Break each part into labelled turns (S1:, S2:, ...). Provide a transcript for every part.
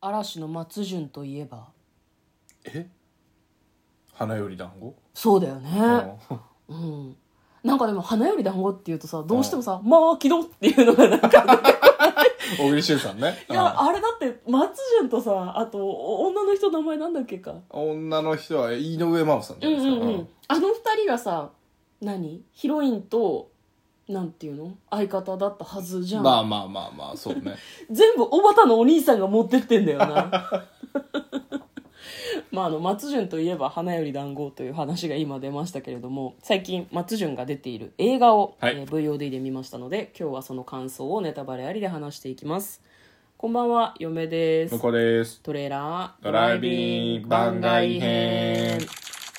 S1: 嵐の松潤といえば
S2: え花より団子
S1: そうだよね
S2: うん
S1: うんなんかでも「花より団子っていうとさどうしてもさ「まあきど」っていうのがなんか
S2: 小栗旬さんね
S1: いうや
S2: ん
S1: あれだって松潤とさあとお女の人の名前なんだっけか
S2: 女の人は井上真央さんじ
S1: うん
S2: ゃな
S1: う
S2: いです
S1: ん
S2: か、
S1: うんあの二人がさ何ヒロインとなんていうの相方だったはずじゃん、
S2: まあまあまあまあそう ね
S1: 全部小畑のお兄さんが持ってってんだよな まああの松潤といえば「花より団子」という話が今出ましたけれども最近松潤が出ている映画を、
S2: はい
S1: えー VOD で見ましたので今日はその感想をネタバレありで話していきますこんばんは嫁です
S2: 向こうです
S1: トレーラード
S2: ドライビング番外編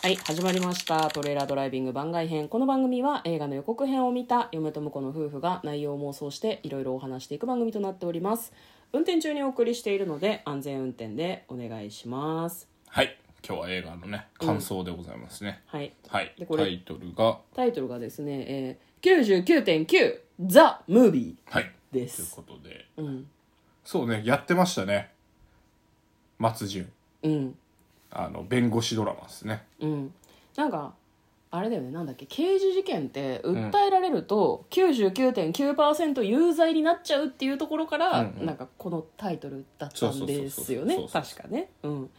S1: はい始まりましたトレーラードライビング番外編この番組は映画の予告編を見た嫁と婿の夫婦が内容を妄想していろいろお話していく番組となっております運転中にお送りしているので安全運転でお願いします
S2: はい今日は映画のね感想でございますね、
S1: はい
S2: はい
S1: でこれ
S2: タイトルが
S1: タイトルがですね、えー、99.9 The Movie
S2: はい
S1: で
S2: という
S1: す
S2: ことで
S1: うん
S2: そうねやってましたね松潤
S1: うん
S2: あの弁護士ドラマですね
S1: うんなんかあれだよねなんだっけ刑事事件って訴えられると99.9%有罪になっちゃうっていうところから、
S2: うんうん
S1: なんかこのタイトルだったんですよ
S2: そ
S1: ね
S2: うそうそうそうそう
S1: 確かね、うん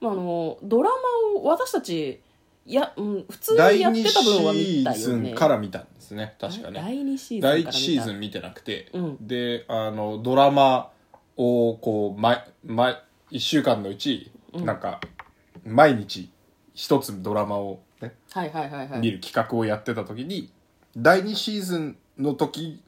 S1: まあ、あのドラマを私たちや、うん、普通
S2: 第
S1: にやっ
S2: 2
S1: てた分は見
S2: シ
S1: た
S2: ー
S1: よ
S2: ズ
S1: ね
S2: ンから見たんですね確かね
S1: 第2シーズンから
S2: 第
S1: 見た
S2: 1シーズン見てなくて、
S1: うん
S2: であのドラマをこう毎毎1週間のうち、なんか毎日一つドラマを、ね
S1: はいはいはいは
S2: 見
S1: い
S2: る企画をやってた時に第2シーズンの時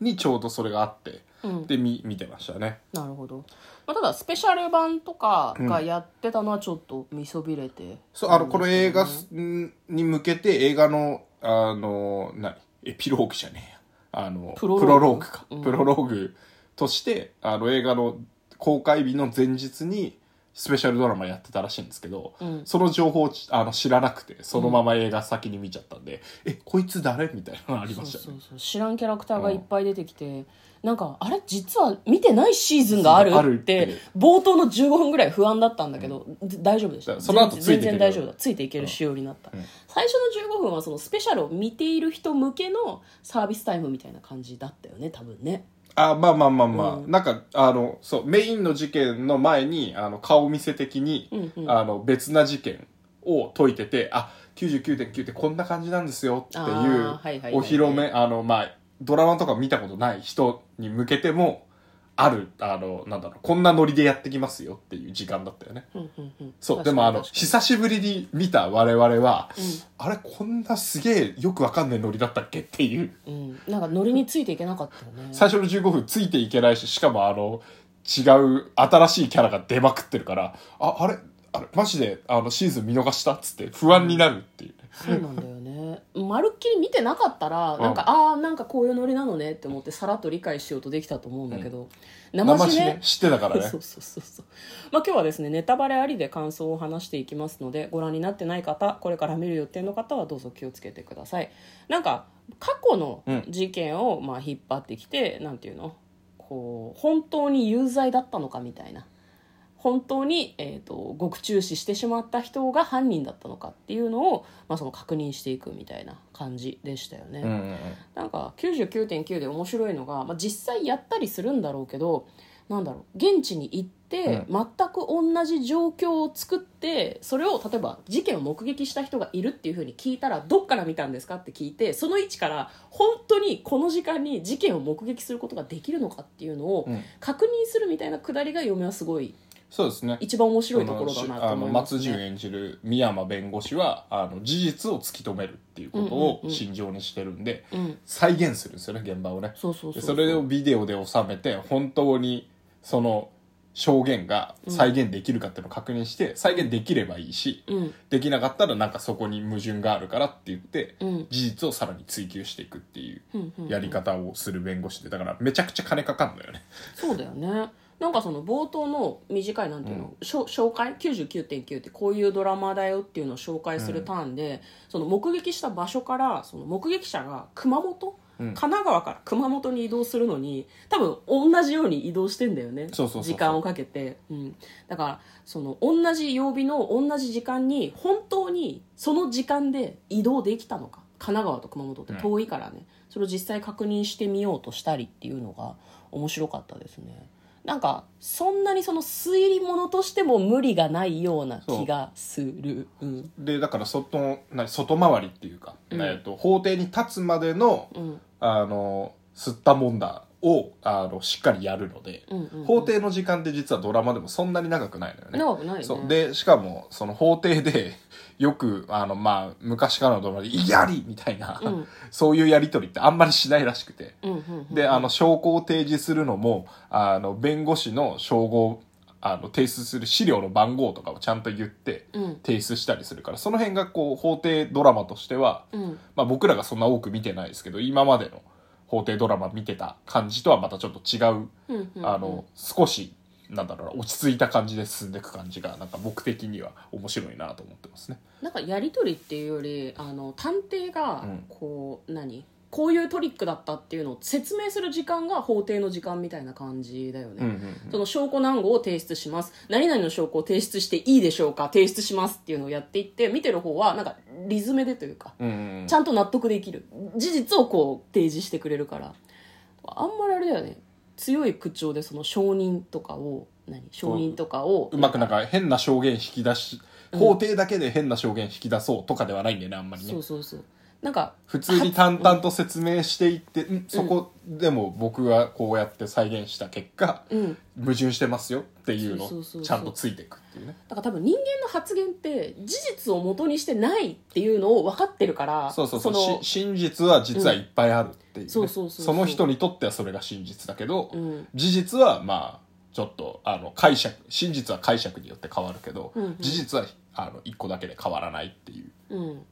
S2: にちょうどそれがあって、
S1: うん
S2: で見見てましたね
S1: なるほど、まあ、ただスペシャル版とかがやってたのはちょっと見そびれて、
S2: そうあのこの映画すに向けて映画のあの何エピローグじゃねえやあの
S1: プロローグ
S2: か、
S1: うん
S2: プロローグとしてあの映画の公開日の前日にスペシャルドラマやってたらしいんですけど、
S1: うん
S2: その情報をちあの知らなくてそのまま映画先に見ちゃったんで、えこいつ誰みたいなのありました
S1: そうそ
S2: よね
S1: うそう知らんキャラクターがいっぱい出てきて、なんかあれ実は見てないシーズンがある
S2: ある
S1: っ
S2: って
S1: て冒頭の15分ぐらい不安だったんだけど、で大丈夫でし
S2: だか
S1: た
S2: らその後
S1: 全
S2: ついていける
S1: 全然大丈夫だついていける仕様になった、
S2: うんうん
S1: 最初の15分はそのスペシャルを見ている人向けのサービスタイムみたいな感じだったよね多分ね
S2: あまあまあまあまあ、
S1: うん
S2: なんかあのそうメインの事件の前にあの顔見せ的に、
S1: うんうん
S2: あの別な事件を解いててあ99.9ってこんな感じなんですよってい
S1: あーはいはいはいはいう
S2: お披露目あのまあドラマとか見たことない人に向けてもあるあのなんだろうこんなノリでやってきますよっていう時間だったよね
S1: うんうんうん
S2: そう
S1: 確
S2: で
S1: かに
S2: もあの
S1: 確かに
S2: 久しぶりに見た我々は、あれこんなすげえよくわかんないノリだったっけっていう
S1: うん、なんかノリについていけなかったよね
S2: 最初の15分ついていけないし、しかもあの、違う新しいキャラが出まくってるから、あ、あれあれマジで、あの、シーズン見逃したっつって不安になるっていう。
S1: そうなんだよねまるっきり見てなかったら
S2: ん
S1: なんか、ああなんかこういうノリなのねって思ってさらっと理解しようとできたと思うんだけど、生地ね
S2: 知ってたからね
S1: そう。そうそうそうまあ今日はですねネタバレありで感想を話していきますのでご覧になってない方これから見る予定の方はどうぞ気をつけてくださいなんか過去の事件をまあ引っ張ってきて、なんていうのこう本当に有罪だったのかみたいな本当に、えー、と獄中死してしまった人が犯人だったのかっていうのを、まあ、その確認していくみたいな感じでしたよね。
S2: うんうんうん。
S1: なんか99.9で面白いのが、まあ、実際やったりするんだろうけどなんだろう現地に行って、全く同じ状況を作ってそれを例えば事件を目撃した人がいるっていうふうに聞いたらどっから見たんですかって聞いてその位置から本当にこの時間に事件を目撃することができるのかっていうのを
S2: うん
S1: 確認するみたいなくだりが嫁はすごい
S2: そうですね。
S1: 一番面白いところだなと
S2: あの
S1: 思います、
S2: 松潤
S1: ね。
S2: 演じる三山弁護士はあの事実を突き止めるっていうこと
S1: うんう
S2: を
S1: んうん
S2: 信条にしてるんで、
S1: うん、
S2: 再現するんですよね現場をね
S1: そうそうそ
S2: で
S1: う
S2: それをビデオで収めて本当にその証言が再現できるかっていうのを確認して、再現できればいいし、
S1: うん
S2: できなかったらなんかそこに矛盾があるからって言って、
S1: うん
S2: 事実をさらに追求していくっていう
S1: うんうんうん
S2: やり方をする弁護士でだからめちゃくちゃ金かかるんだよね
S1: そうだよねなんかその冒頭の短いなんていうの、しょ紹介99.9ってこういうドラマだよっていうのを紹介するターンで、その目撃した場所からその目撃者が熊本
S2: うん
S1: 神奈川から熊本に移動するのに多分同じように移動してんだよね
S2: そうそうそうそう
S1: 時間をかけて、うん、だからその同じ曜日の同じ時間に本当にその時間で移動できたのか神奈川と熊本って遠いからね、それを実際確認してみようとしたりっていうのが面白かったですねなんかそんなにその推理物としても無理がないような気がするうん
S2: でだから外な外回りっていうか、
S1: うん
S2: えっと法廷に立つまでの
S1: うん
S2: あの吸ったもんだをあのしっかりやるので、
S1: うんうんうん
S2: 法廷の時間って実はドラマでもそんなに長くないのよね。
S1: 長くないよね
S2: そうでしかもその法廷で よくあの、まあ、昔からのドラマで「いやり!」みたいな、
S1: うん
S2: そういうやり取りってあんまりしないらしくて。
S1: うんうんうん
S2: であの証拠を提示するのもあの弁護士の称号あの提出する資料の番号とかをちゃんと言って
S1: うん
S2: 提出したりするからその辺がこう法廷ドラマとしては、
S1: うん
S2: まあ、僕らがそんな多く見てないですけど今までの法廷ドラマ見てた感じとはまたちょっと違う
S1: うんうんうん
S2: あの少しなんだろうな落ち着いた感じで進んでいく感じがなんか僕的には面白いなと思ってますね。
S1: なんかやり取りっていうよりあの探偵が
S2: うん
S1: こう、何こういうトリックだったっていうのを説明する時間が法廷の時間みたいな感じだよね、
S2: うんうん
S1: その証拠何号を提出します何々の証拠を提出していいでしょうか提出しますっていうのをやっていって見てる方はなんかリズムでというか
S2: うんうんうん
S1: ちゃんと納得できる事実をこう提示してくれるからあんまりあれだよね強い口調でその証人とかを何証人とかを
S2: うまくなんか変な証言引き出し
S1: うん
S2: 法廷だけで変な証言引き出そうとかではないんだよねあんまり
S1: そ
S2: ね
S1: うそうそうなんか
S2: 普通に淡々と説明していって、うんそこでも僕がこうやって再現した結果
S1: うん
S2: 矛盾してますよっていうの
S1: そうそ
S2: を
S1: うそうそう
S2: ちゃんとついていくっていうね
S1: だから多分人間の発言って事実を元にしてないっていうのを分かってるから
S2: そうそうそう
S1: の
S2: し真実は実はいっぱいあるっていうね
S1: そうそうそうそう
S2: その人にとってはそれが真実だけど、
S1: うん
S2: 事実はまあちょっとあの解釈真実は解釈によって変わるけど、
S1: うんうん
S2: 事実はあの一個だけで変わらないっていう
S1: うん、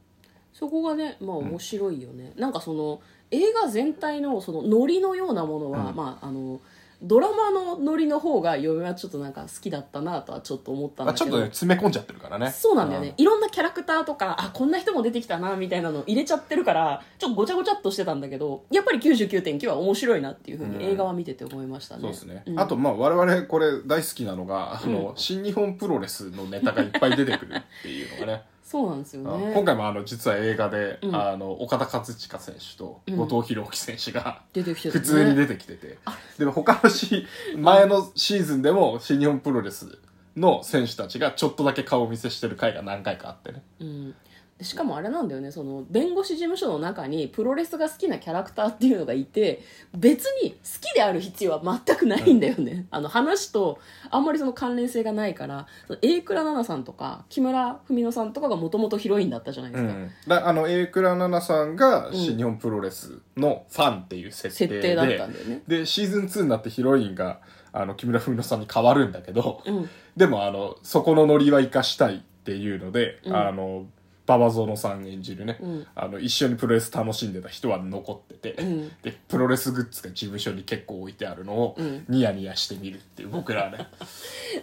S1: そこがねまあ面白いよね、なんかその映画全体のそのノリのようなものは、
S2: うん
S1: まああのドラマのノリの方が嫁はちょっとなんか好きだったなとはちょっと思ったん
S2: まあ
S1: だ
S2: ち
S1: け
S2: ょっ
S1: ど
S2: とね詰め込んじゃってるからね
S1: そうなんだよね、いろんなキャラクターとかあこんな人も出てきたなみたいなの入れちゃってるからちょっとごちゃごちゃっとしてたんだけどやっぱり99.9は面白いなっていうふう
S2: うん
S1: に映画は見てて思いましたね、
S2: そうですね、
S1: ん
S2: あとまあ我々これ大好きなのがあの、
S1: う
S2: 新日本プロレスのネタがいっぱい出てくるっていうのがね
S1: そうなんですよ
S2: あ
S1: ね
S2: の今回もあの実は映画で、
S1: うん
S2: あの岡田和親選手と後藤弘樹選手が、
S1: 出てきてた
S2: 普
S1: ね
S2: 通に出てきてて、でも他のし前のシーズンでも新日本プロレスの選手たちがちょっとだけ顔見せしてる回が何回かあってね
S1: うん、でしかもあれなんだよねその弁護士事務所の中にプロレスが好きなキャラクターっていうのがいて別に好きである必要は全くないんだよね、あの話とあんまりその関連性がないからその A 倉奈々さんとか木村文乃さんとかがもともとヒロインだったじゃないですか、
S2: だあの榮倉奈々さんが新日本プロレスのファンっていう設定
S1: 設
S2: で
S1: 定だったんだよね
S2: でシーズン2になってヒロインがあの木村文乃さんに変わるんだけど、
S1: うん
S2: でもあのそこのノリは生かしたいっていうので、
S1: うん
S2: あの馬場園さん演じるね、
S1: うん
S2: あの一緒にプロレス楽しんでた人は残ってて、
S1: ん
S2: でプロレスグッズが事務所に結構置いてあるのを
S1: うん
S2: ニヤニヤしてみるっていう僕らはね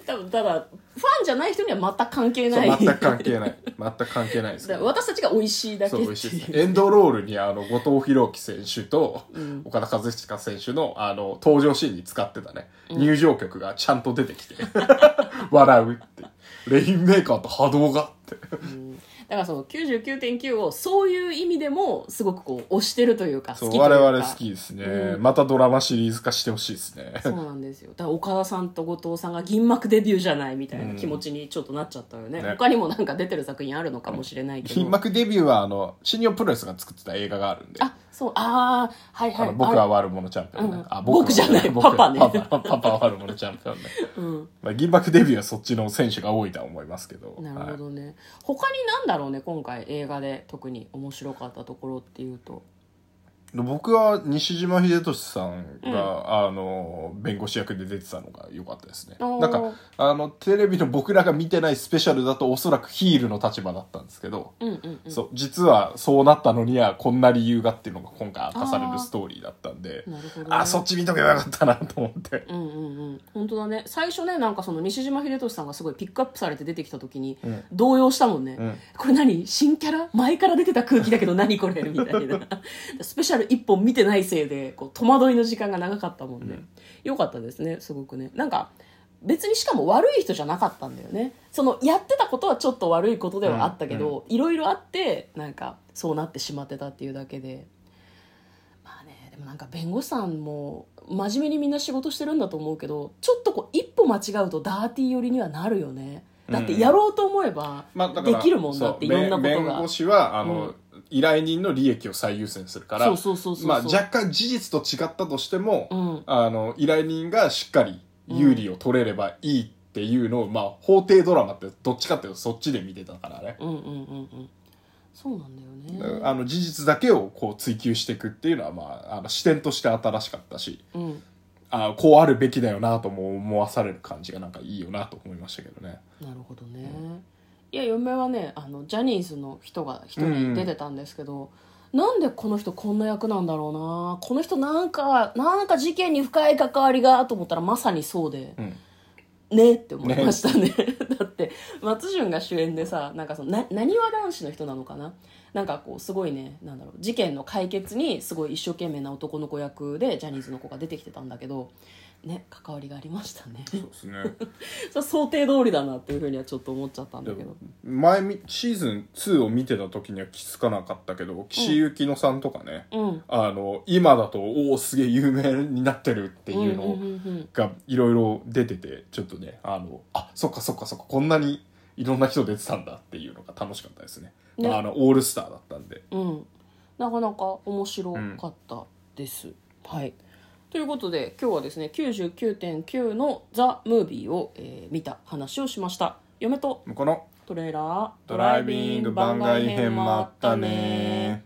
S1: 多分ただファンじゃない人には全く関係
S2: そ
S1: な
S2: う
S1: い
S2: 全く関係ない全く関係ないですけ
S1: だから
S2: ど
S1: 私たちが美味しいだけ
S2: そ
S1: ってい
S2: う美
S1: う
S2: 味しいですねエンドロールにあの後藤弘樹選手と
S1: うん
S2: 岡田和親選手のあの登場シーンに使ってたね、入場曲がちゃんと出てきて 笑うってレインメーカーと波動がって
S1: だからその99.9をそういう意味でもすごくこう推してるというか
S2: そ
S1: 好きといううか
S2: 我々好きですね、
S1: うん
S2: またドラマシリーズ化してほしいです ね
S1: そうなんですよだから岡田さんと後藤さんが銀幕デビューじゃないみたいな気持ちにちょっとなっちゃったよね,、
S2: ね
S1: 他にもなんか出てる作品あるのかもしれないけど
S2: 銀幕デビューはあの新日本プロレスが作ってた映画があるんで
S1: あそうああはい
S2: あ
S1: はい
S2: の僕は悪者チャンピオンね、
S1: うん
S2: あ
S1: 僕じゃない
S2: 僕は
S1: パパね
S2: パパ パパは悪者チャンピオンね、
S1: うん
S2: まあ、銀幕デビューはそっちの選手が多いとは思いますけど
S1: なるほ
S2: はい
S1: どね、他になんだろうね今回映画で特に面白かったところっていうと
S2: 僕は西島秀俊さんが、あの弁護士役で出てたのが良かったですね
S1: おー
S2: なんかあのテレビの僕らが見てないスペシャルだとおそらくヒールの立場だったんですけど、
S1: うんうんうん
S2: そう実はそうなったのにはこんな理由がっていうのが今回明かされるストーリーだったんで
S1: なるほどね、
S2: あそっち見とけばよかったなと思って
S1: うんうんうん本当だね最初ねなんかその西島秀俊さんがすごいピックアップされて出てきた時に
S2: うん
S1: 動揺したもんね、
S2: うん
S1: これ何新キャラ前から出てた空気だけど何これみたいなスペシャルル一本見てないせいでこう戸惑いの時間が長かったもんで、よかったですねすごくねなんか別にしかも悪い人じゃなかったんだよねそのやってたことはちょっと悪いことではあったけど、いろいろあってなんかそうなってしまってたっていうだけでまあねでもなんか弁護士さんも真面目にみんな仕事してるんだと思うけどちょっとこう一歩間違うとダーティー寄りにはなるよねだってやろうと思えば
S2: まあ、だか
S1: で
S2: ら
S1: きるもんだってい
S2: そう
S1: ろんなこと
S2: 弁
S1: が
S2: 弁護士はあの、依頼人の利益を最優先するから
S1: そうそうそうそうそう
S2: まあ、若干事実と違ったとしても、
S1: うん
S2: あの依頼人がしっかり有利を取れればいいっていうのを、まあ、法廷ドラマってどっちかっていうとそっちで見てたからね、
S1: うんうんうんうんそうなんだよね
S2: あの事実だけをこう追求していくっていうのは、まあ、あの視点として新しかったし
S1: うん、
S2: あこうあるべきだよなとも思わされる感じがなんかいいよなと思いましたけどね。
S1: なるほどね、いや嫁はねあのジャニーズの人が一人出てたんですけど、なんでこの人こんな役なんだろうなこの人なんかなんか事件に深い関わりがと思ったらまさにそうで
S2: うん
S1: ねって思いましたね だって松潤が主演でさなんかそのななにわ男子の人なのかななんかこうすごいねなんだろう事件の解決にすごい一生懸命な男の子役でジャニーズの子が出てきてたんだけどね関わりがありましたね
S2: そうですね
S1: それ想定通りだなっていうふうにはちょっと思っちゃったんだけど
S2: 前みシーズン2を見てた時には気づかなかったけど岸井ゆきのさんとかね、
S1: うん
S2: あの今だとおおすげえ有名になってるっていうの
S1: んんうん
S2: がいろいろ出ててちょっとねあのあそっかそっかそっかこんなにいろんな人出てたんだっていうのが楽しかったですね
S1: ね
S2: まあ、あのオールスターだったんで
S1: うん、うんなかなか面白かったです、はいということで今日はですね99.9の「ザ・ムービーを、えー見た話をしました嫁と
S2: この
S1: トレーラード
S2: ドライビング番外編もあったね